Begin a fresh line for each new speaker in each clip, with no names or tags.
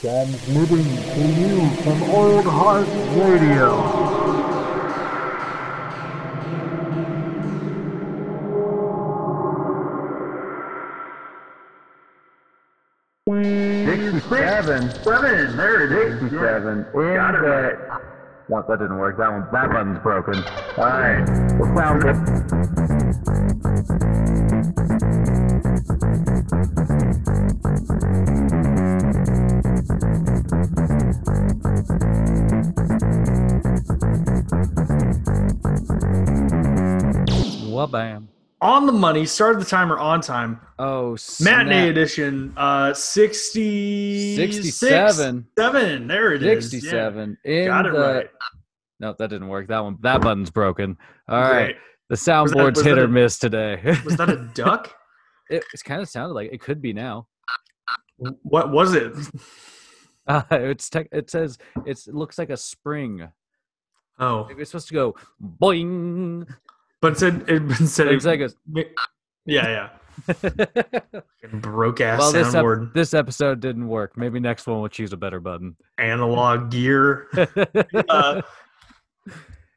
Transmitting to you from Old Heart Radio.
Sixty-seven. Seven. There it is.
Sixty-seven.
Got
And
it
uh,
right.
no, that didn't work. That one, that button's broken. All right, we found it.
Well, bam.
on the money, started the timer on time.
Oh, snap.
Matinee edition, uh, 60,
67.
Seven. There it is. Yeah.
67. In
Got it
the-
right.
No, that didn't work. That one, that button's broken. All right,
Great.
the
that-
soundboard's
was
hit
that
or
a-
miss today.
Was that a duck?
it it's kind of sounded like it could be now.
what was it?
Uh, it's tech, it says it's it looks like a spring.
Oh,
It's supposed to go boing.
but it said it said
Ten
it,
seconds.
yeah, yeah.
well,
Broke ass
this ep-
soundboard,
this episode didn't work. Maybe next one we'll choose a better button.
analog gear. Uh,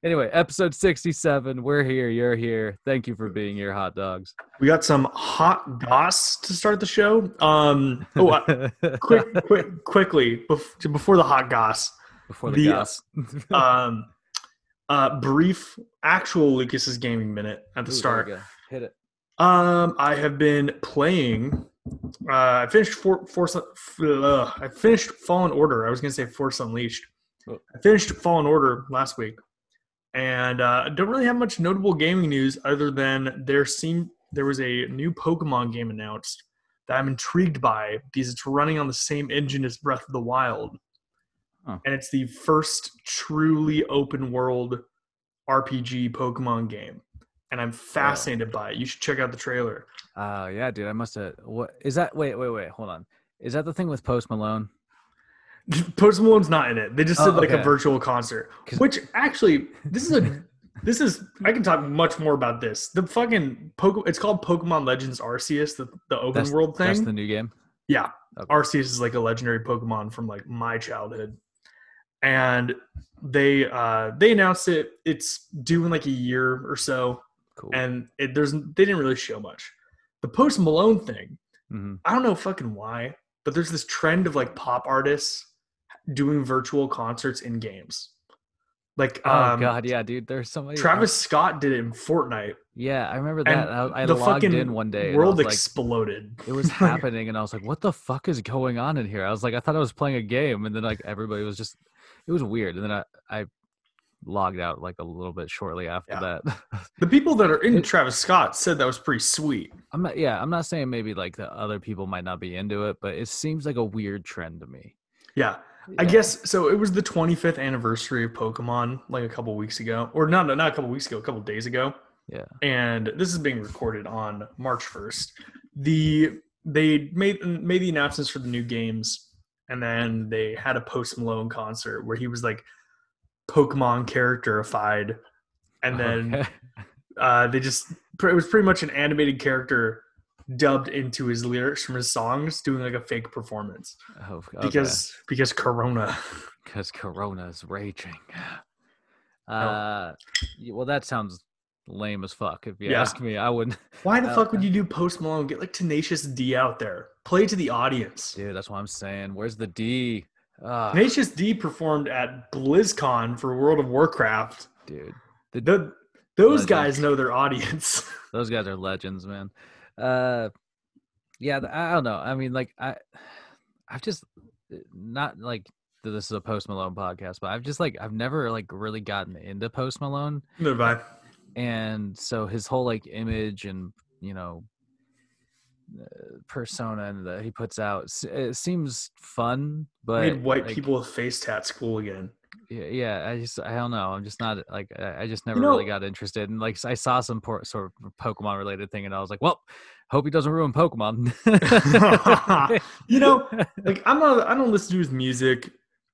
anyway, episode sixty-seven. We're here. You're here. Thank you for being here, hot dogs.
we got some hot goss to start the show. Um, oh, uh, quick, quick, quickly bef- before the hot goss.
Before the,
the, uh,
goss.
um, uh, brief actual Lucas's gaming minute at
Ooh, there
the start.
we go. Hit it.
Um, I have been playing. Uh, I finished for Force. Uh, I finished Fallen Order. I was gonna say Force Unleashed.
Oh.
I finished Fallen Order last week, and uh, don't really have much notable gaming news other than there seemed there was a new Pokemon game announced that I'm intrigued by because it's running on the same engine as Breath of the Wild,
Huh.
and it's the first truly open world RPG Pokemon game and I'm fascinated by it. You should check out the trailer.
Oh yeah, dude. I must have. What is that? Wait, wait, wait. Hold on. Is that the thing with Post Malone?
Post Malone's not in it. They just
Oh,
did like
okay.
a virtual concert,
'Cause-
which actually this is a this is I can talk much more about this. The fucking Pokemon it's called Pokemon Legends Arceus, the the open world
That's
thing.
the new game.
yeah,
Okay.
Arceus is like a legendary Pokemon from like my childhood, and they uh they announced it. It's due in like a year or so,
Cool.
and it, there's they didn't really show much. The Post Malone thing
hmm
I don't know fucking why, but there's this trend of like pop artists doing virtual concerts in games. Like
Oh
um,
god, yeah, dude. There's somebody.
Travis Scott did it in Fortnite.
Yeah, I remember
and
that. I, I
the
logged
fucking
in one day. and I
World
was like,
exploded.
it was happening, and I was like, "What the fuck is going on in here?" I was like, "I thought I was playing a game," and then like everybody was just, it was weird. And then I, I logged out like a little bit shortly after
Yeah.
that.
the people that are into Travis Scott said that was pretty sweet.
I'm not. Yeah, I'm not saying maybe like the other people might not be into it, but it seems like a weird trend to me.
Yeah. I
Yeah.
guess so. It was the 25th anniversary of Pokemon, like a couple weeks ago, or not, not a couple weeks ago, a couple days ago.
Yeah.
And this is being recorded on March 1st. The they made made the announcements for the new games, and then they had a Post Malone concert where he was like Pokemon characterified, and then
Okay.
uh, they just it was pretty much an animated character dubbed into his lyrics from his songs, doing like a fake performance
Oh, okay.
because because Corona.
because corona is raging
Oh.
uh y- well that sounds lame as fuck if you
Yeah.
ask me i wouldn't
Why the
Oh,
fuck would you do Post Malone? Get like Tenacious D out there. Play to the audience.
dude that's what i'm saying where's the d Ah,
Tenacious D performed at BlizzCon for World of Warcraft.
dude
The, those
Legend.
guys know their audience.
those guys are legends man uh yeah th- i don't know i mean like i i've just uh, not like that this is a post malone podcast but i've just like i've never like really gotten into post malone
no vibe.
and so his whole like image and you know uh, persona that he puts out s- it seems fun but
Made white
like,
people with face tats cool again.
yeah, yeah i just i don't know i'm just not like i I just never really
know-
got interested and like s- i saw some por- sort of pokemon related thing and i was like well hope he doesn't ruin pokemon
You know, like I'm not. I don't listen to his music.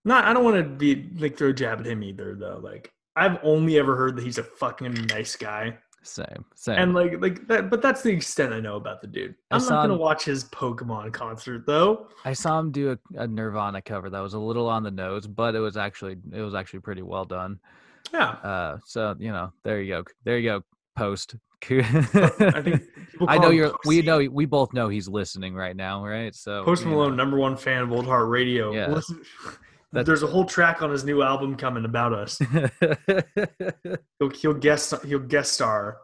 Not. I don't want to be like throw a jab at him either though. Like I've only ever heard that he's a fucking nice guy.
Same, same.
and like like that but that's the extent i know about the dude
I
i'm
saw
not gonna
him-
watch his pokemon concert though
I saw him do a, a Nirvana cover that was a little on the nose, but it was actually it was actually pretty well done.
yeah
Uh, so you know, there you go, there you go. Post.
i
I
think people
I
call
know
him
you're. We
Posty.
know we both know he's listening right now, right? So
post
you
malone
know,
number one fan of old heart radio
Yeah.
Listen-
That's-
there's a whole track on his new album coming about us he'll, he'll guest he'll guest star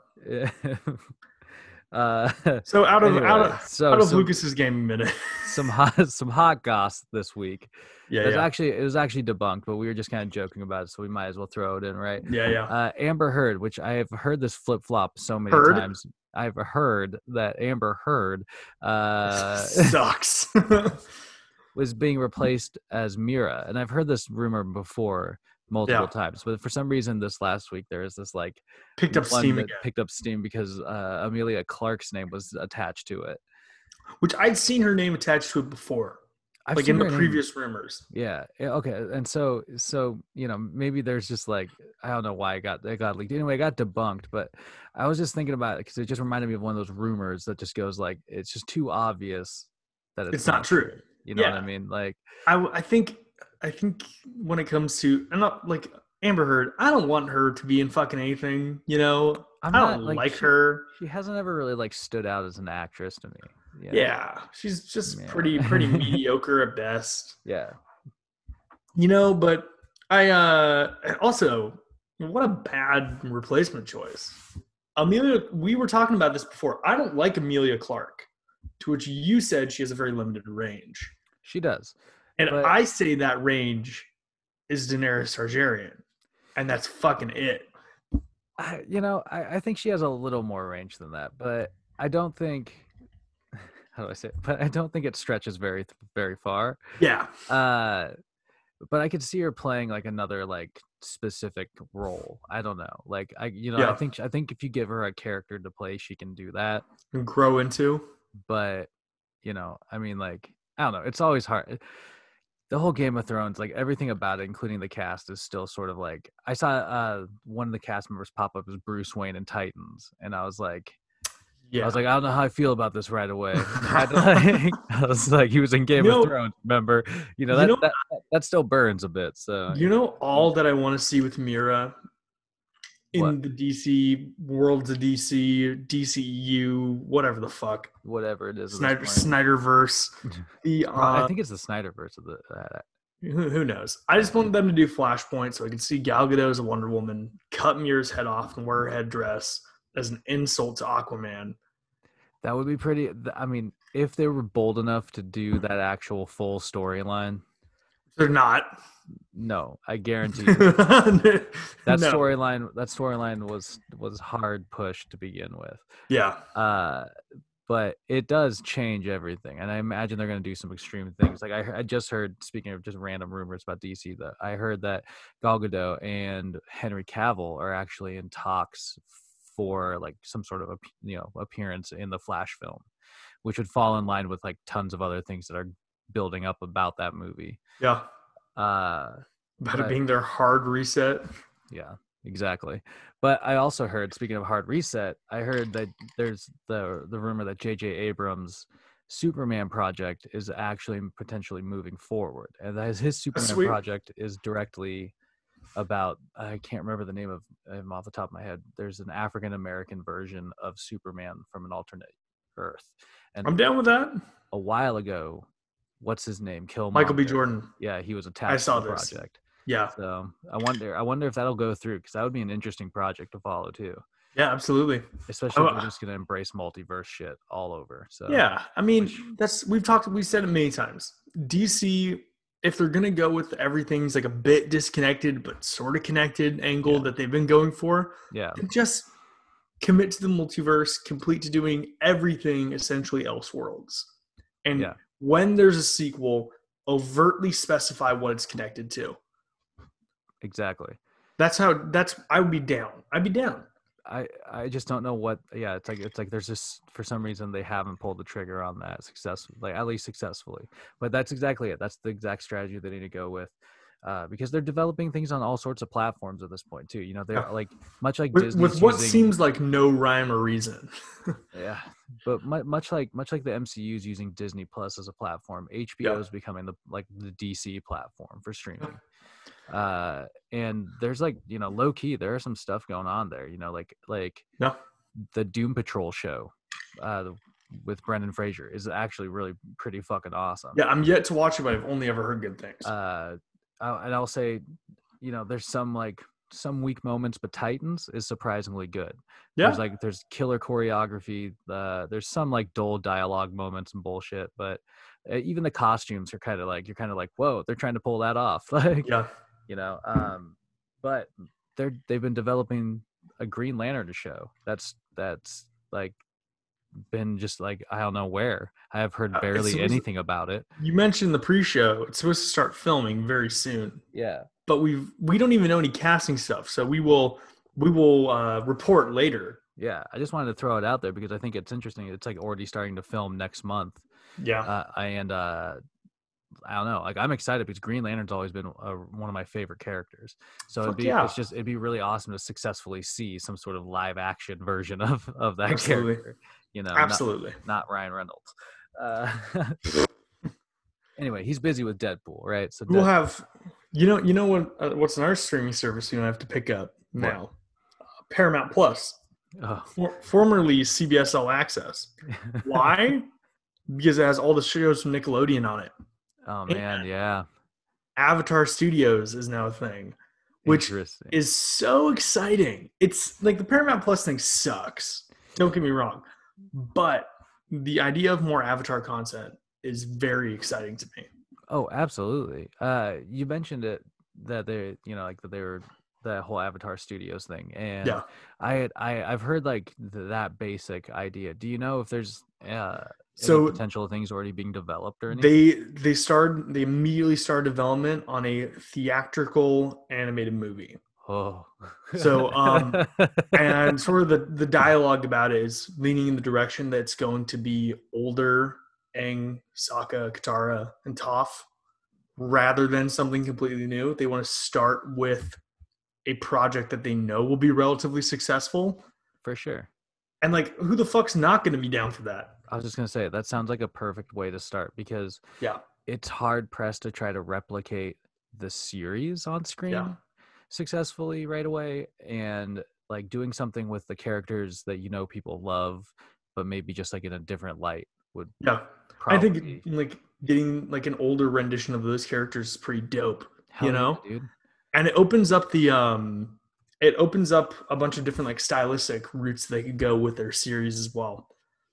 uh,
so out of out
anyway, Oh,
of
so
out of
some,
lucas's gaming minute
some hot some hot goss this week.
yeah
it was
yeah.
actually it was actually debunked, but we were just kind of joking about it, so we might as well throw it in, right?
yeah yeah
uh, Amber Heard, which I have heard this flip flop so many
Heard?
times. I've heard that Amber Heard uh,
sucks
was being replaced as Mira, and I've heard this rumor before multiple
Yeah.
times. But for some reason, this last week there is this like
picked up
one
steam
that
again
picked up steam because uh, Amelia Clark's name was attached to it.
which i'd seen her name attached to it before
I've
like
seen
in the
her
previous rumors
Yeah. yeah, Okay. And so, so you know, maybe there's just like I don't know why it got it got leaked. Anyway, it got debunked. But I was just thinking about it because it just reminded me of one of those rumors that just goes like it's just too obvious that it's,
it's not true
You know what I
Yeah.
mean? Like,
I, w- I think I think when it comes to I'm not like Amber Heard. I don't want her to be in fucking anything. You know,
I'm
I
not,
don't
like,
like,
she-
her.
she hasn't ever really like stood out as an actress to me.
Yeah. she's just
Yeah.
pretty pretty mediocre at best.
Yeah.
You know, but I uh also what a bad replacement choice. Amelia, we were talking about this before. I don't like Amelia Clark, to which you said she has a very limited range,
She does.
and
But-
I say that range is Daenerys Targaryen, and that's fucking it.
I, you know, I, I think she has a little more range than that, but I don't think. How do I say? It? But I don't think it stretches very, very far.
Yeah.
Uh, but I could see her playing like another like specific role. I don't know. Like I, you know, I
Yeah.
think I think if you give her a character to play, she can do that.
And grow into.
But you know, I mean, like I don't know. It's always hard. eh, The whole Game of Thrones, like everything about it, including the cast, is still sort of like I saw uh, one of the cast members pop up as Bruce Wayne in Titans, and I was like,
Yeah.
I was like, I don't know how I feel about this right away. I, had to, like- I was like, he was in Game
You know-
of Thrones, remember? You know,
You
that,
know-
that, that still burns a bit. So,
you know all that I want to see with Mira in
What?
the DC worlds of DC, DCU, whatever the fuck.
whatever it is. at this
Snyder
point.
Snyderverse. The
Pro- I
uh,
think it's the Snyderverse of the. Uh,
who, who knows? I just wanted them to do Flashpoint so I could see Gal Gadot as a Wonder Woman, cut Mira's head off and wear her headdress as an insult to Aquaman.
that would be pretty. th- I mean, if they were bold enough to do that actual full storyline,
They're not.
no, I guarantee you.
that
That storyline, that storyline was was hard pushed to begin with.
Yeah.
uh but it does change everything and i imagine they're going to do some extreme things like I, he- I just heard speaking of just random rumors about dc that i heard that gal gadot and henry cavill are actually in talks for like some sort of ap- you know appearance in the flash film which would fall in line with like tons of other things that are building up about that movie
Yeah.
uh
About
But-
it being their hard reset.
yeah, exactly. But I also heard, speaking of hard reset, I heard that there's the the rumor that J.J. Abrams' Superman project is actually potentially moving forward, and that his- his Superman
sweet.
project is directly about I can't remember the name of him off the top of my head. There's an African American version of Superman from an alternate Earth, and
I'm down with that.
a while ago, what's his name? Kill
Michael B. Jordan.
Yeah, he was attached.
saw
to the
this.
project.
Yeah.
So I wonder, I wonder if that'll go through because that would be an interesting project to follow too,
Yeah, absolutely.
especially if
Oh,
we're
uh,
just gonna embrace multiverse shit all over. So
yeah. I mean, that's we've talked we said it many times. DC if they're going to go with everything's like a bit disconnected but sort of connected angle
Yeah.
that they've been going for,
yeah,
then just commit to the multiverse, complete to doing everything essentially Elseworlds. And
Yeah.
when there's a sequel, overtly specify what it's connected to.
exactly.
That's how that's I would be down. I'd be down.
I I just don't know what. Yeah, it's like it's like there's just for some reason they haven't pulled the trigger on that successfully, like at least successfully. But that's exactly it. That's the exact strategy they need to go with. uh, because they're developing things on all sorts of platforms at this point too. You know, they're
Yeah.
like much like
With,
Disney
with what seems like no rhyme or reason.
yeah, but mu- much like much like the MCU's using Disney Plus as a platform, HBO is becoming the like the DC platform for streaming. Uh, and there's like you know low key there are some stuff going on there. You know, like like
Yeah.
the Doom Patrol show uh, with Brendan Fraser is actually really pretty fucking awesome.
yeah, I'm yet to watch it, but I've only ever heard good things.
Uh, I- and I'll say, you know, there's some like some weak moments, but Titans is surprisingly good.
yeah,
There's like there's killer choreography. Uh, there's some like dull dialogue moments and bullshit, but uh, even the costumes are kind of like you're kind of like whoa, they're trying to pull that off, like
yeah,
you know. Um, but they're they've been developing a Green Lantern to show. That's that's like been just like I don't know where. I have heard
Uh, it's
barely
supposed to-
anything about it.
you mentioned the pre-show. It's supposed to start filming very soon,
Yeah,
but we've we don't even know any casting stuff. So we will we will uh, report later.
yeah. I just wanted to throw it out there because I think it's interesting. It's like already starting to film next month.
Yeah,
uh, and uh, I don't know. Like I'm excited because Green Lantern's always been uh one of my favorite characters. So it'd
Fuck
be
yeah.
it's just it'd be really awesome to successfully see some sort of live action version of of that
Absolutely.
character. You know, not-
absolutely.
not, Ryan Reynolds. Uh, anyway, he's busy with Deadpool, right? So
We'll
Dead-
have, you know, you know what? Uh, what's in our streaming service? You don't have to pick up now. Uh, Paramount Plus,
oh,
for, formerly CBS All Access. Why? because it has all the shows from Nickelodeon on it.
oh man, yeah,
Avatar Studios is now a thing, which
Interesting.
is so exciting. It's like the Paramount Plus thing sucks. Don't get me wrong, but the idea of more Avatar content is very exciting to me.
Oh, absolutely. Uh, you mentioned it that they, you know, like that they were the whole Avatar Studios thing, and
Yeah.
I, had, I, I've heard like th- that basic idea. Do you know if there's uh,
So
any potential things already being developed or anything?
they they started they immediately started development on a theatrical animated movie
oh,
So, um, and sort of the the dialogue about it is leaning in the direction that's going to be older Aang, Sokka, Katara, and Toph, rather than something completely new. They want to start with a project that they know will be relatively successful,
for sure.
and like who the fuck's not going to be down for that?
I was just gonna say that sounds like a perfect way to start because
Yeah,
it's hard pressed to try to replicate the series on screen successfully right away and like doing something with the characters that you know people love but maybe just like in a different light would
yeah.
probably
I think like getting like an older rendition of those characters is pretty dope.
Hell yeah,
know?
dude
and it opens up the um it opens up a bunch of different like stylistic routes they could go with their series as well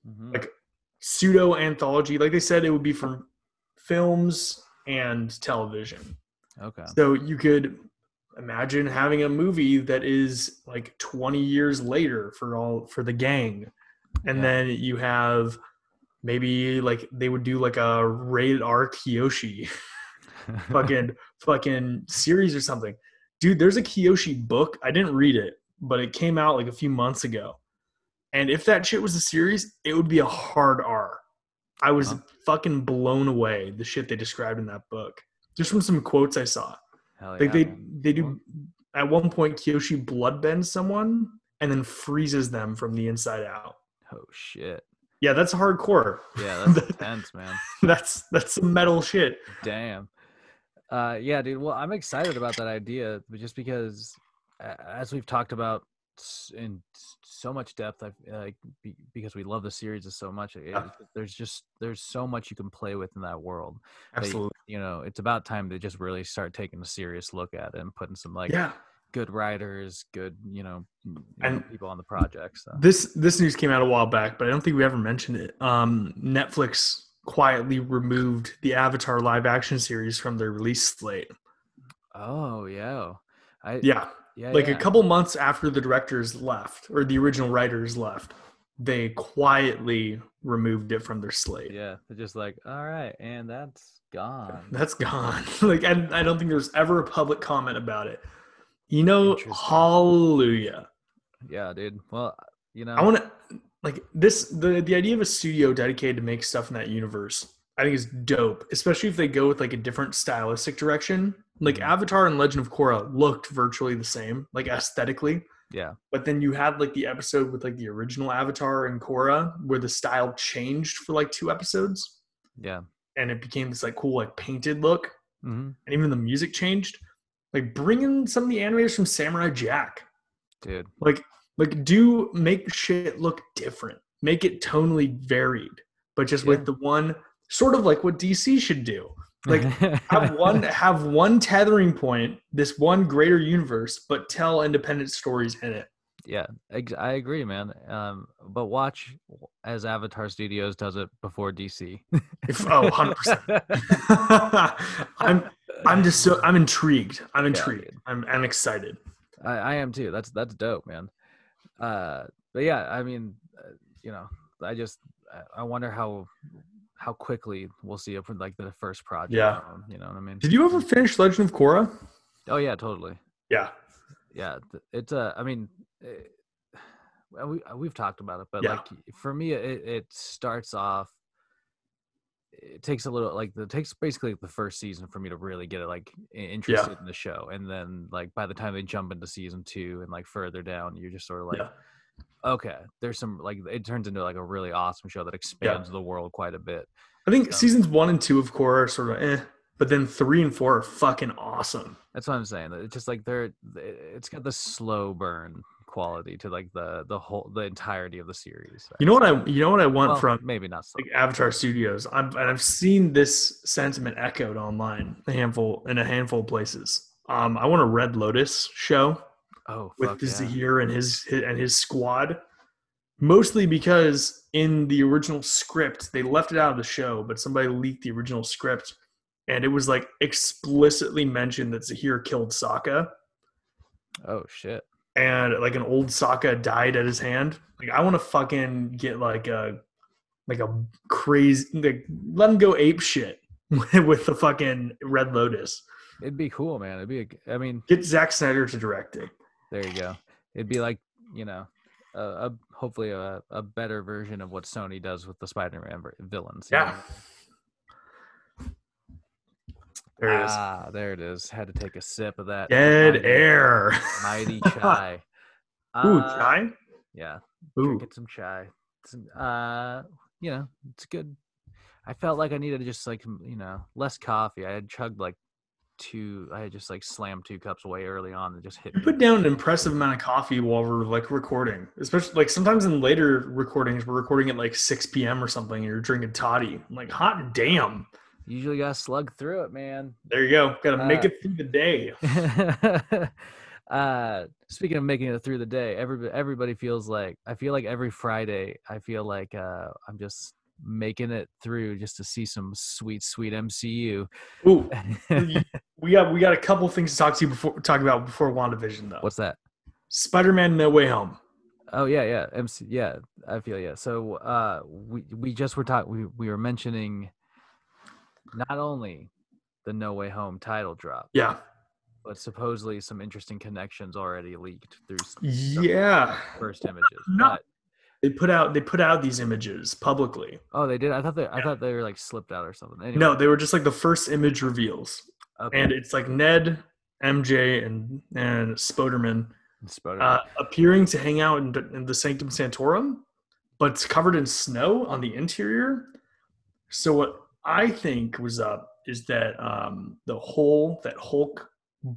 Mhm.
like- pseudo anthology like they said it would be from films and television
okay
so you could imagine having a movie that is like 20 years later for all for the gang and
Yeah.
then you have maybe like they would do like a rated r kyoshi fucking fucking series or something. Dude, there's a Kiyoshi book. I didn't read it, but it came out like a few months ago. And if that shit was a series, it would be a hard R. I was
Wow.
fucking blown away the shit they described in that book. Just from some quotes I saw.
Hell
Like
yeah,
they
man.
they do at one point Kiyoshi bloodbends someone and then freezes them from the inside out.
oh shit
Yeah, that's hardcore.
yeah that's intense man
That's that's some metal shit.
Damn. Uh, yeah, dude. Well, I'm excited about that idea, but just because, a- as we've talked about s- in s- so much depth, I like be, because we love the series so much. it-
Yeah.
there's just there's so much you can play with in that world. that you-
Absolutely.
You know, it's about time to just really start taking a serious look at it and putting some like
yeah.
good writers, good you know, m- you know,
And-
people on the project. So.
This this news came out a while back, but I don't think we ever mentioned it. Um, Netflix quietly removed the Avatar live action series from their release slate.
Oh yeah, I yeah,
Yeah,
yeah
like a couple months after the directors left or the original writers left, they quietly removed it from their slate.
Yeah, they're just like all right, and that's gone.
That's gone. like I, I don't think there's ever a public comment about it. You know,
Interesting.
hallelujah.
Yeah, dude. Well, you know,
I want to like this the the idea of a studio dedicated to make stuff in that universe I think is dope, especially if they go with like a different stylistic direction. Like Avatar and Legend of Korra looked virtually the same, like aesthetically.
Yeah.
But then you had like the episode with like the original Avatar and Korra where the style changed for like two episodes
Yeah.
and it became this like cool like painted look
hmm
and even the music changed. Like bring in some of the animators from Samurai Jack.
Dude.
Like like do make shit look different. Make it tonally varied, but just
Yeah.
with the one sort of like what DC should do. Like, have one have one tethering point, this one greater universe, but tell independent stories in it.
Yeah, ex- I agree, man. Um, but watch w- as Avatar Studios does it before DC.
If, oh, 100%. I'm I'm just so I'm intrigued. I'm intrigued. I'm I'm excited.
I, I am too. That's that's dope, man. Uh, but yeah, I mean, uh, you know, I just I- I wonder how how quickly we'll see it from like the first project.
Yeah.
on, you know what I mean.
Did you ever finish Legend of Korra?
Oh yeah, totally.
Yeah.
Yeah, th- it's uh, I mean, eh, well, we uh, we've talked about it, but
Yeah.
like for me, it it starts off. It takes a little like it takes basically the first season for me to really get it like i- interested in the show, and then like by the time they jump into season two and like further down, you're just sort of like,
Yeah.
okay, there's some like it turns into like a really awesome show that expands the world quite a bit.
I think seasons one and two of Korra are sort of eh, but then three and four are fucking awesome.
That's what I'm saying. It's just like they're th- it's got the slow burn quality to like the the whole the entirety of the series.
You know what I you know what I want
Well,
from
maybe not slow.
like Avatar Studios. I'm, and I've seen this sentiment echoed online a handful in a handful of places. Um, I want a Red Lotus show
Oh,
with
fuck
the
yeah.
Zahir and his, his and his squad, mostly because in the original script they left it out of the show, but somebody leaked the original script, and it was like explicitly mentioned that Zahir killed Sokka,
Oh shit.
and like an old Sokka died at his hand. Like I want to fucking get like a like a crazy like let him go ape shit with the fucking Red Lotus.
It'd be cool, man. It'd be. A, g- I mean,
Get Zack Snyder to direct it.
there you go. It'd be like you know, a, a hopefully a, a better version of what Sony does with the Spider-Man ver- villains. you know?
Yeah. There it is.
Ah, there it is. Had to take a sip of that
Dead
mighty-
air.
mighty chai.
Ooh,
uh, Uh,
chai.
Yeah,
Ooh,
drinking some chai. Some, uh, you know, it's good. I felt like I needed just like m- you know less coffee. I had chugged like two. I had just like slammed two cups way early on and just hit.
you
me.
put down an impressive amount of coffee while we're like recording, especially like sometimes in later recordings we're recording at like 6 p.m. or something, and you're drinking toddy. I'm like, hot damn!
Usually gotta slug through it, man.
There you go. Got to make
Uh,
it through the day.
uh speaking of making it through the day everybody everybody feels like i feel like every friday i feel like uh i'm just making it through just to see some sweet sweet mcu
Ooh, we got we got a couple things to talk to you before talk about before Wandavision though.
what's that
Spider-Man: No Way Home.
oh yeah yeah mc yeah i feel yeah so uh we we just were talking we, we were mentioning not only the no way home title drop
Yeah,
but supposedly some interesting connections already leaked through s-
yeah.
first images
No.
but
They put out they put out these images publicly.
Oh, they did. I thought they. I
Yeah.
thought they were like slipped out or something. Anyway,
No, they were just like the first image reveals.
okay.
and it's like Ned, MJ, and and Spoderman
Spider-Man.
uh, appearing to hang out in, in the Sanctum Santorum, but it's covered in snow on the interior. So what I think was up is that um, the hole that Hulk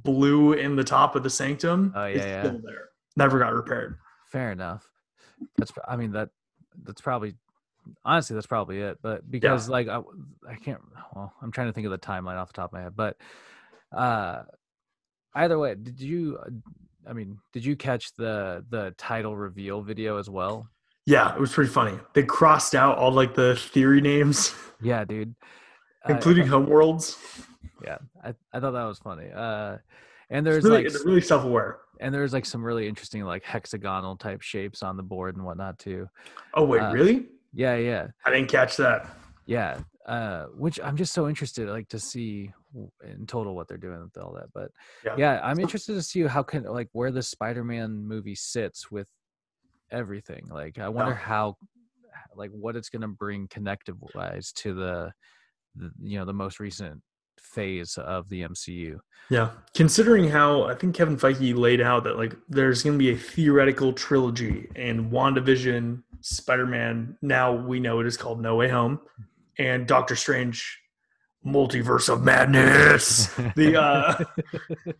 blew in the top of the Sanctum
Oh,
is
yeah, yeah.
still there, never got repaired.
Fair enough. That's. I mean that. That's probably. Honestly, that's probably it. But because like I, I can't. Well, I'm trying to think of the timeline off the top of my head. But, uh, either way, did you? uh, I mean, did you catch the the title reveal video as well?
Yeah, it was pretty funny. They crossed out all like the theory names,
Yeah, dude. I-
including homeworlds.
yeah, I, I thought that was funny. Uh, and there's
It's really,
like
it's really self-aware.
and there's like some really interesting like hexagonal type shapes on the board and whatnot too.
Oh wait,
Uh,
really?
Yeah, yeah,
I didn't catch that.
yeah. Uh, which I'm just so interested, like, to see w- in total what they're doing with all that. But yeah,
Yeah.
I'm interested to see how can like where the Spider-Man movie sits with everything. Like, I wonder how, like, what it's gonna bring connective wise to the the, you know the most recent phase of the MCU.
Yeah, considering how I think Kevin Feige laid out that like there's going to be a theoretical trilogy and WandaVision, Spider-Man, now we know it is called No Way Home, and Doctor Strange Multiverse of Madness. the uh I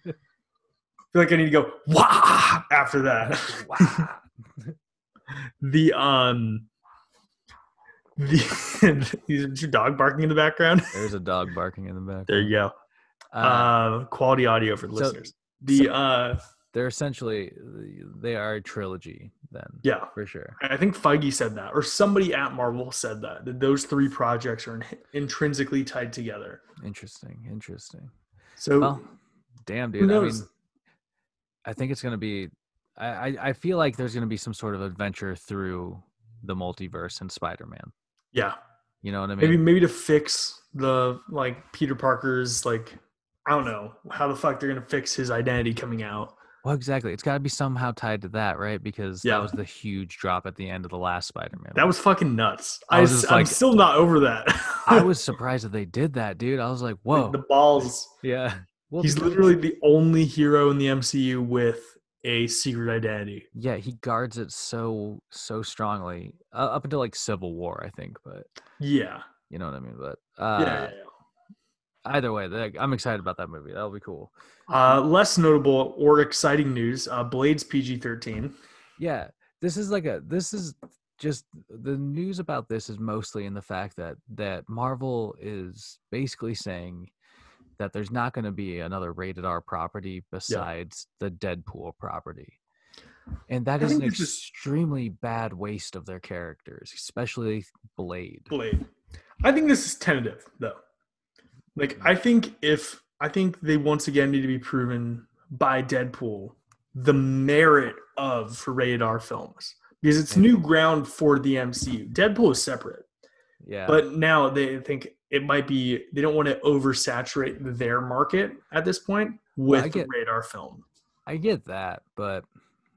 feel like I need to go wah after that. the um the is your dog barking in the background?
There's a dog barking in the back.
There you go.
Uh,
uh, quality audio for the
so-
listeners. The uh,
they're essentially they are a trilogy then
yeah,
for sure.
I think Feige said that, or somebody at Marvel said that that those three projects are in, intrinsically tied together.
Interesting, interesting.
So
Well, damn, dude.
who
I
knows?
mean, I think it's gonna be. I, I I feel like there's gonna be some sort of adventure through the multiverse and Spider-Man.
yeah,
You know what I mean?
maybe maybe to fix the like Peter Parker's like I don't know how the fuck they're gonna fix his identity coming out.
Well, exactly. It's got to be somehow tied to that, right? Because
Yeah.
that was the huge drop at the end of the last Spider-Man.
That was fucking nuts.
I
I
was
s-
just
I'm
like-
still not over that.
I was surprised that they did that, dude. I was like, whoa.
the balls.
yeah. Well,
He's
because-
literally the only hero in the MCU with a secret identity.
yeah. He guards it so so strongly uh, up until like Civil War, I think. But
Yeah.
you know what I mean. But
Yeah,
uh,
yeah, yeah.
either way, like, I'm excited about that movie. That'll be cool.
Uh, less notable or exciting news: uh, Blades PG thirteen.
Yeah, this is like a this is just the news about this is mostly in the fact that that Marvel is basically saying that there's not going to be another rated R property besides the Deadpool property. And that
I
is an
think this is-
extremely bad waste of their characters, especially Blade.
Blade. I think this is tentative, though. Like, I think if I think they once again need to be proven by Deadpool the merit of rated R films because it's new ground for the MCU. Deadpool is separate,
Yeah.
but now they think it might be they don't want to oversaturate their market at this point
Well, I
with
get-
radar film.
I get that, but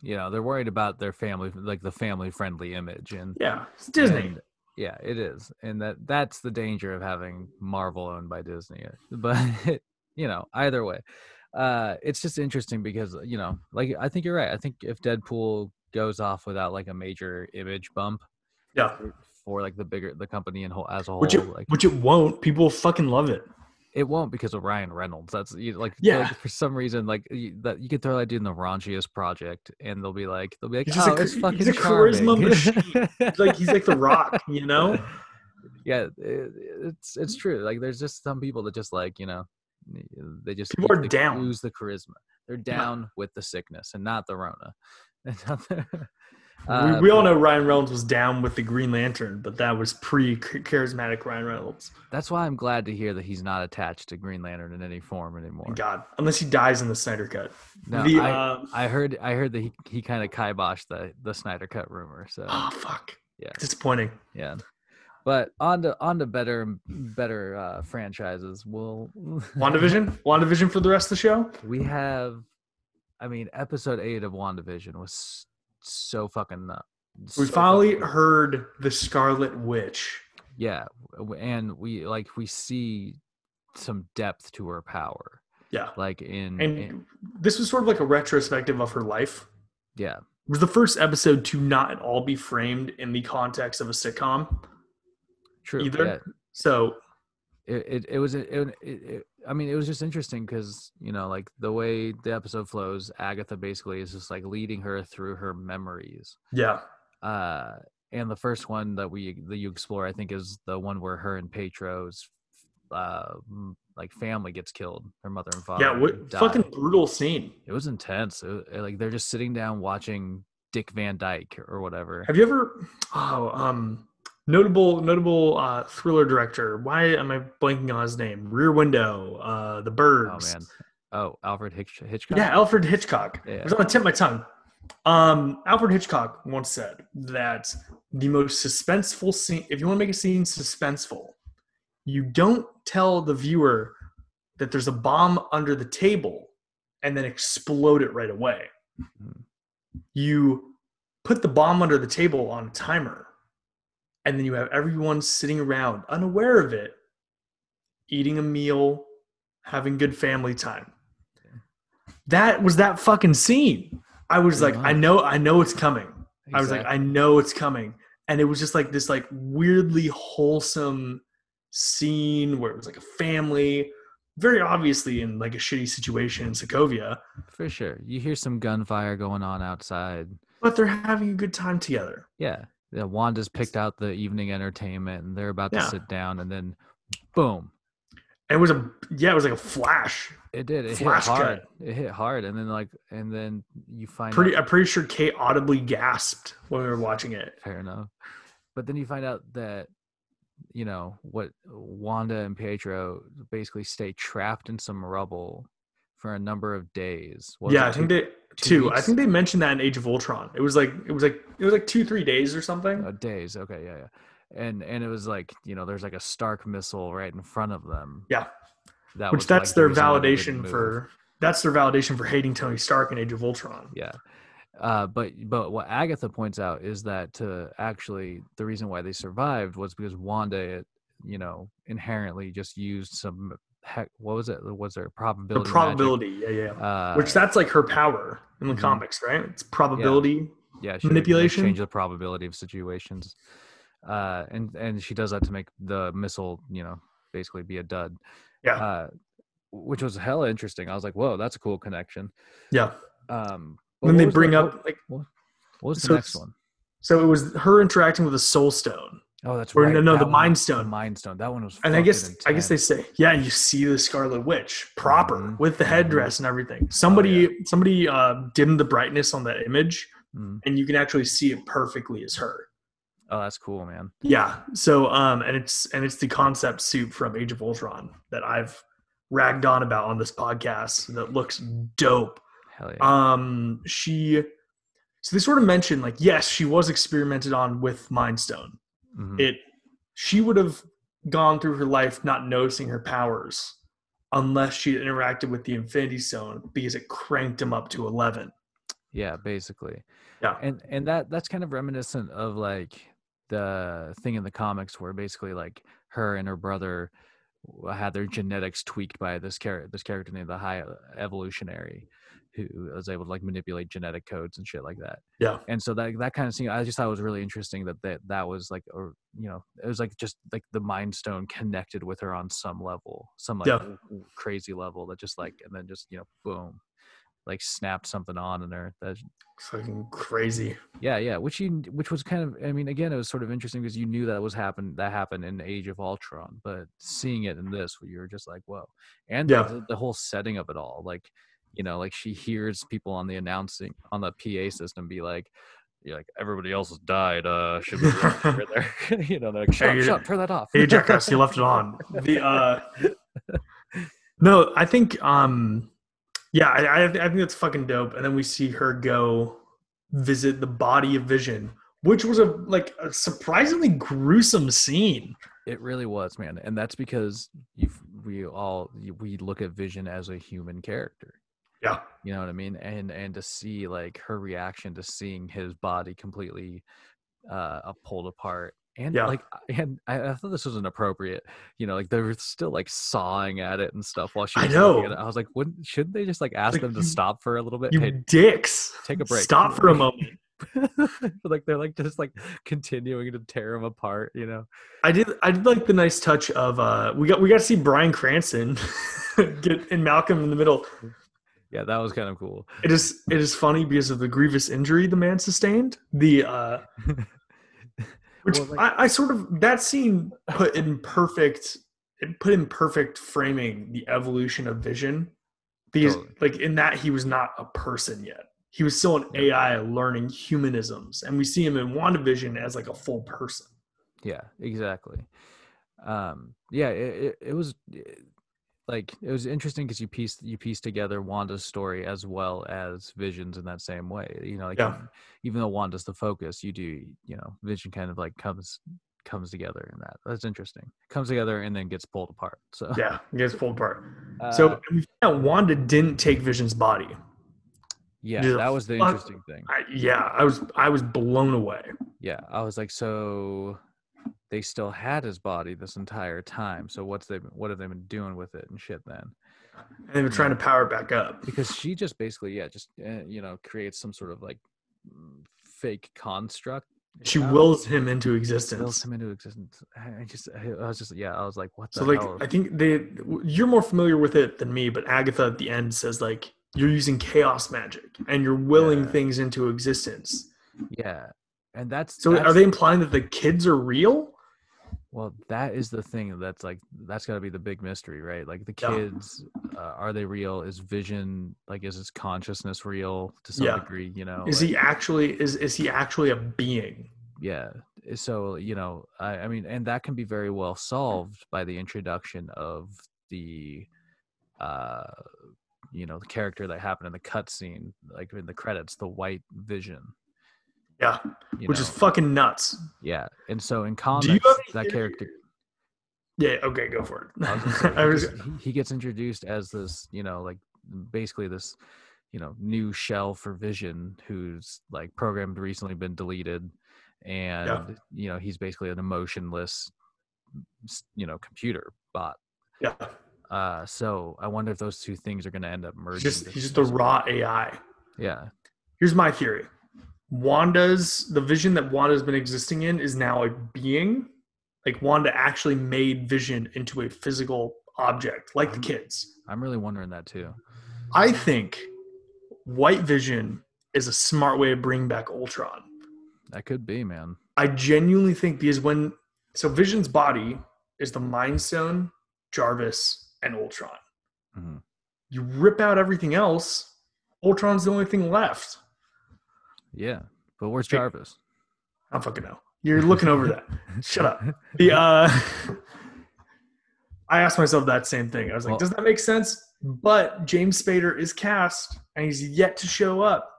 you know, they're worried about their family like the family friendly image and
Yeah, it's Disney.
And- yeah, it is, and that that's the danger of having Marvel owned by Disney. But you know, either way, uh, it's just interesting because you know, like I think you're right. I think if Deadpool goes off without like a major image bump
yeah,
for like the bigger the company and whole as a whole,
which it,
like
which it won't. People fucking love it.
it won't because of Ryan Reynolds. That's you, like
Yeah.
like, for some reason like you, that you could throw that dude in the raunchiest project and they'll be like they'll be like
He's just a
oh it's
char-
fucking
he's a charisma
charming."
It's like he's like the Rock, you know.
yeah it, it's
Mm-hmm.
it's true like there's just some people that just like you know n- they just
People
eat
are
the-
down.
lose the charisma they're down with the sickness and not the rona And not the- Uh,
we, we all
but
know Ryan Reynolds was down with the Green Lantern, but that was pre charismatic Ryan Reynolds.
that's why i'm glad to hear that he's not attached to green lantern in any form anymore
God, unless he dies in the Snyder Cut.
no,
the,
I,
uh,
I heard i heard that he, he kind of kiboshed the the snyder cut rumor so
oh fuck,
yeah
disappointing.
yeah but on to on to better better uh franchises we'll
WandaVision, WandaVision for the rest of the show.
We have, I mean, episode eight of WandaVision was s- so fucking nuts.
We
so
finally
fucking weird.
heard the Scarlet Witch.
yeah, w- and we like we see some depth to her power,
Yeah,
like in, in-
and this was sort of like a retrospective of her life.
yeah,
It was the first episode to not at all be framed in the context of a sitcom.
true.
Either.
yeah.
So
it, it it was a- it, it, it I mean it was just interesting because you know like the way the episode flows, Agatha basically is just like leading her through her memories.
yeah,
uh and the first one that we that you explore i think is the one where her and petro's uh m- like family gets killed her mother and father
yeah, what
die.
fucking brutal scene.
it was intense it wa- like they're just sitting down watching dick van dyke or whatever
Have you ever? Oh, um, notable notable uh, thriller director. Why am I blanking on his name? Rear Window, uh, The
oh
Birds.
man oh alfred Hitch- hitchcock
Yeah, Alfred Hitchcock.
Yeah.
It was on the tip of my tongue. Um, Alfred Hitchcock once said that the most suspenseful scene, if you want to make a scene suspenseful, you don't tell the viewer that there's a bomb under the table and then explode it right away.
Mhm.
You put the bomb under the table on a timer, and then you have everyone sitting around unaware of it eating a meal, having good family time. That was that fucking scene. I was
Pretty
like,
much.
I know, I know it's coming. I was like,
Exactly.
I know it's coming. And it was just like this like weirdly wholesome scene where it was like a family, very obviously in like a shitty situation in Sokovia,
for sure. You hear some gunfire going on outside.
but they're having a good time together.
Yeah. yeah Wanda's picked out the evening entertainment and they're about to
Yeah.
sit down and then boom.
And it was a yeah, it was like a flash.
It did. It
Flash
hit
cut.
hard. It hit hard. And then like and then you find
Pretty
out-
I'm pretty sure Kate audibly gasped when we were watching it.
fair enough. But then you find out that you know what Wanda and Pietro basically stay trapped in some rubble for a number of days. What was
yeah,
it,
I
two-
think they two. I
weeks?
think they mentioned that in Age of Ultron. It was like it was like it was like two, three days or something.
Uh, days. Okay, yeah, yeah. And and it was like you know, there's like a Stark missile right in front of them.
Yeah.
that
which
was, like,
that's
the
their
reason why they
validation
wouldn't move.
for that's their validation for hating Tony Stark in Age of Ultron.
Yeah. Uh, but but what Agatha points out is that to actually the reason why they survived was because Wanda, you know, inherently just used some heck. What was it? Was there
The
probability? magic?
probability, yeah, yeah.
Uh,
which that's like her power in the
mhm.
comics, right? It's probability.
yeah, she would, like,
manipulation?
change the probability of situations. Uh, and and she does that to make the missile, you know, basically be a dud.
Yeah.
Uh, which was hella interesting. I was like, whoa, that's a cool connection.
Yeah.
Um, but
When
what
they
was the-
bring
what,
up like
what was the
so
next
it's-
one?
so it was her interacting with a soul stone.
Oh, that's
or
right.
no, no,
that
the
one-
Mind Stone.
Mind Stone. That one was.
And I guess
fucking
I guess they
intense.
say, yeah, you see the Scarlet Witch proper
Mhm.
with the
Mhm.
headdress and everything.
Oh,
Somebody somebody uh, dimmed the brightness on that image,
Mhm.
and you can actually see it perfectly as her.
Oh, that's cool, man.
Yeah. So um and it's and it's the concept soup from Age of Ultron that I've ragged on about on this podcast that looks dope.
Hell yeah.
Um she so they sort of mentioned like yes, she was experimented on with Mind Stone.
Mhm.
It she would have gone through her life not noticing her powers unless she interacted with the Infinity Stone because it cranked him up to 11.
yeah, basically.
Yeah.
And and that that's kind of reminiscent of like the thing in the comics where basically like her and her brother w- had their genetics tweaked by this character this character named the high evolutionary who was able to like manipulate genetic codes and shit like that
Yeah.
and so that that kind of scene i just thought was really interesting that that, that was like or you know it was like just like the mind stone connected with her on some level some like
Yeah.
w- w- crazy level that just like and then just you know boom like snapped something on in her that
Fucking crazy.
yeah, yeah, which you kn- which was kind of I mean again it was sort of interesting because you knew that was happened that happened in Age of Ultron, but seeing it in this you were just like whoa, and
Yeah.
the, the whole setting of it all like you know like she hears people on the announcing on the PA system be like. You're like everybody else has died. Uh, should we over there? you know, they're like, shut,
Hey,
up, shut, up, turn that off.
Hey, jackass, you left it on. The uh, no, I think um, yeah, I I, I think that's fucking dope. And then we see her go visit the body of Vision, which was a like a surprisingly gruesome scene.
It really was, man, and that's because you, we all we look at Vision as a human character.
Yeah,
you know what i mean and and to see like her reaction to seeing his body completely uh uh, pulled apart and
Yeah.
like I- and I, I thought this was inappropriate you know like they were still like sawing at it and stuff while she
I
was looking at
know.
it. i was like wouldn't shouldn't they just like ask
like,
them to
you-
stop for a little bit
you
Hey,
dicks.
take a break
Stop for a moment.
like they're like just like continuing to tear him apart you know
I did. I did like the nice touch of uh, we got we got to see Brian Cranston get and Malcolm in the middle.
yeah that was kind of cool
It is it is funny because of the grievous injury the man sustained. The uh which
Well, like-
I, I sort of that scene put in perfect it put in perfect framing the evolution of vision. These
Totally.
like in that he was not a person yet. He was still an AI learning humanisms. And we see him in WandaVision as like a full person.
Yeah, exactly. Um, yeah, it, it, it was eh, like it was interesting because you piece you piece together Wanda's story as well as Vision's in that same way. You know, like
Yeah.
e- even though Wanda's the focus, you do you know Vision kind of like comes comes together in that. That's interesting. Comes together and then gets pulled apart. So
Yeah, he gets pulled apart.
uh,
so we found out Wanda didn't take Vision's body.
yeah,
the
that was the
fuck-
interesting thing.
I, yeah, I was I was blown away.
Yeah, I was like, so they still had his body this entire time. So what's they what have they been doing with it and shit then?
And they were trying to power it back up.
Because she just basically yeah, just uh, you know, creates some sort of like mm, fake construct
She
out of
wills him into
builds
existence.
him into existence. I I just, I I was just, yeah, I was like, what the
So like
hell?
I think they you're more familiar with it than me, but Agatha at the end says like you're using chaos magic and you're willing
Yeah.
things into existence.
yeah, and that's
So
that's-
are they implying that the kids are real?
Well, that is the thing. That's like that's got to be the big mystery, right? Like the
Yeah.
kids, uh, are they real? Is vision like is his consciousness real to some
Yeah.
degree? You know,
Is
like-
he actually is is he actually a being?
yeah eh, so you know I, I mean and that can be very well solved by the introduction of the uh you know the character that happened in the cutscene like in the credits the white vision
Yeah,
you
which is
know?
fucking nuts.
yeah and so in comics
have any
that
theory-
character
Yeah, okay, go for it.
I was gonna say,
I
he
was-
gets- he- he gets introduced as this, you know, like basically this, you know, new shell for Vision, who's like programmed recently been deleted, and you know he's basically an emotionless, s- you know, computer bot.
yeah,
Uh, so I wonder if those two things are going to end up merging.
he's just
to
he's just a
some-
raw AI.
yeah,
Here's my theory. Wanda's the vision that Wanda's been existing in is now a being. Like Wanda actually made Vision into a physical object, like the kids.
I'm really wondering that too.
I think White Vision is a smart way to bring back Ultron.
That could be, man.
I genuinely think because when so Vision's body is the Mind Stone, Jarvis, and Ultron.
Mhm.
You rip out everything else, Ultron's the only thing left.
Yeah, but where's
Hey,
Jarvis?
I don't fucking know. You're looking over that. Shut up. The uh I asked myself that same thing. I was like,
Well-
does that make sense? But James Spader is cast and he's yet to show up.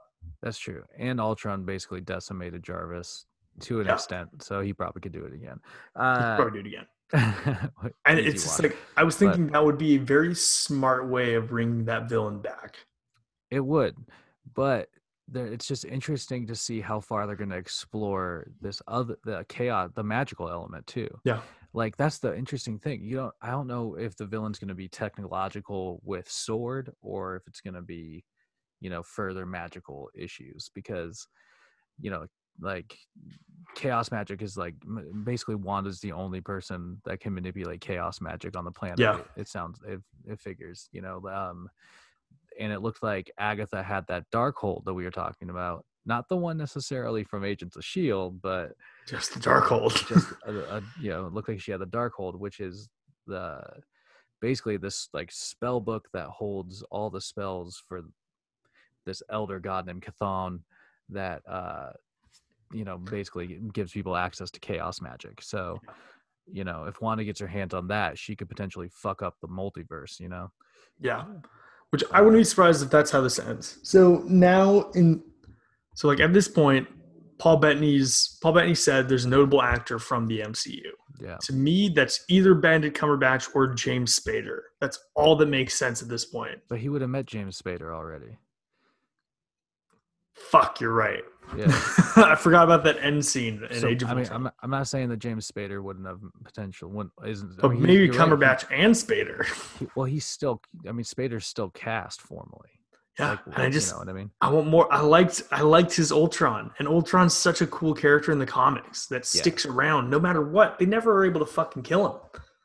That's true. And Ultron basically decimated Jarvis to an
Yeah.
extent, so he probably could do it again.
He'll
Uh,
probably do it again. And
and
it's just like I was thinking that would be a very smart way of bringing that villain back.
it would, but there, it's just interesting to see how far they're going to explore this other the chaos, the magical element too.
Yeah.
like that's the interesting thing. You don't, I don't know if the villain's going to be technological with sword or if it's going to be, you know, further magical issues because, you know, like chaos magic is like m- basically Wanda's the only person that can manipulate chaos magic on the planet.
Yeah.
It, it sounds it, it figures, you know. Um and it looked like Agatha had that dark hold that we were talking about. Not the one necessarily from Agents of Shield, E but
Just the dark hold.
just a, a, you know, it looked like she had the dark hold, which is the basically this like spell book that holds all the spells for this elder god named Cathan that uh you know basically gives people access to chaos magic. So you know, if Wanda gets her hands on that, she could potentially fuck up the multiverse, you know.
Yeah. Which I wouldn't be surprised if that's how this ends. So now in so like at this point, Paul Bettany's Paul Bettany said there's a notable actor from the MCU.
Yeah.
To me, that's either Bandit Cumberbatch or James Spader. That's all that makes sense at this point.
But he would have met James Spader already.
Fuck, you're right.
Yeah.
I forgot about that end scene in
So,
Age of
I mean,
Ultron.
I'm not, I'm not saying that James Spader wouldn't have potential. Wouldn't, isn't, I
but
mean, he-
maybe
you're right, he-
Cumberbatch and Spader.
He- well, he's still. I mean, Spader's still cast formally.
Yeah,
Like,
and I just
you know what I mean.
I want more. I liked I liked his Ultron, and Ultron's such a cool character in the comics that
Yeah.
sticks around no matter what. They never are able to fucking kill him.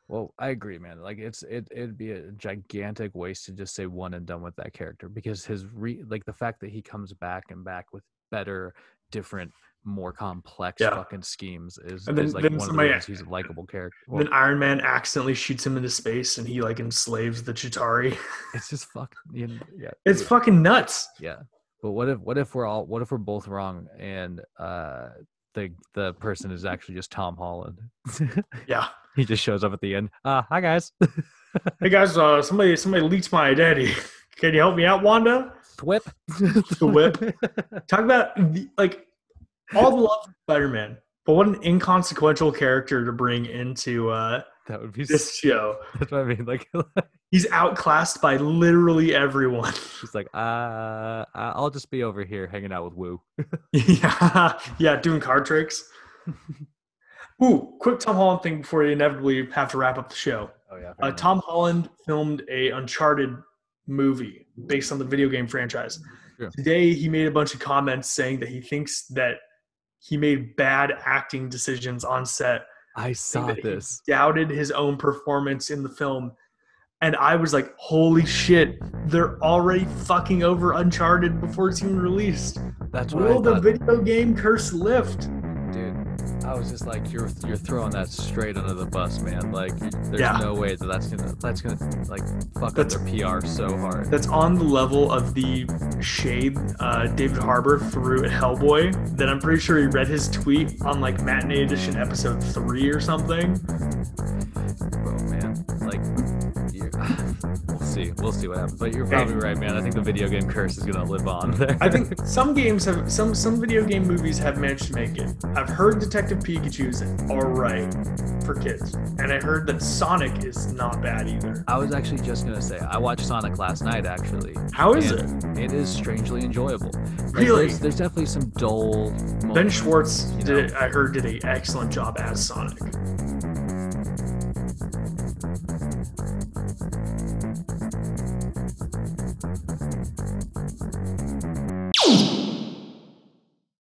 Well, I agree, man. Like, it's it it'd be a gigantic waste to just say one and done with that character because his re like the fact that he comes back and back with better, different, more complex
Yeah.
fucking schemes is,
And then-
is like
then
one
somebody-
of the reasons he's a likable character. Well,
then Iron Man accidentally shoots him into space, and he like enslaves the Chitari.
it's just fuck. You know, yeah,
It's fucking nuts.
Yeah. But what if what if we're all what if we're both wrong and uh the the person is actually just Tom Holland?
Yeah.
he just shows up at the end. Uh hi guys.
Hey guys, uh, somebody somebody leaked my identity. Can you help me out, Wanda?
Whip.
The whip. Talk about the, like all the love for Spider-Man, but what an inconsequential character to bring into uh,
That would be
this
s-
show.
that's what I mean. Like
He's outclassed by literally everyone.
she's like, uh I- I'll just be over here hanging out with Woo.
yeah, yeah, doing card tricks. Ooh, quick Tom Holland thing before we inevitably have to wrap up the show.
Oh yeah.
Uh, Tom Holland filmed a Uncharted movie based on the video game franchise.
Sure.
Today, he made a bunch of comments saying that he thinks that he made bad acting decisions on set.
I
saying
saw
that he
this.
Doubted his own performance in the film, and I was like, "Holy shit! They're already fucking over Uncharted before it's even released.
That's what I
Will the
thought,
video game curse lift?"
dude. I was just like, you're you're throwing that straight under the bus, man. Like, there's
Yeah.
no way that that's gonna that's gonna like fuck
That's-
up their PR so hard.
that's on the level of the shade uh, David Harbour threw at Hellboy. That I'm pretty sure he read his tweet on like Matinee Edition episode three or something.
Oh man, like, you we'll see, we'll see what happens. But you're
Hey.
probably right, man. I think the video game curse is gonna live on there.
I think some games have some some video game movies have managed to make it. I've heard Detective Pikachu's all right for kids, and I heard that Sonic is not bad either.
I was actually just gonna say I watched Sonic last night actually.
How is it?
and It is strangely enjoyable. Like,
Really?
There's, there's definitely some dull.
Ben
moments.
Schwartz
You
did I heard did an excellent job as Sonic.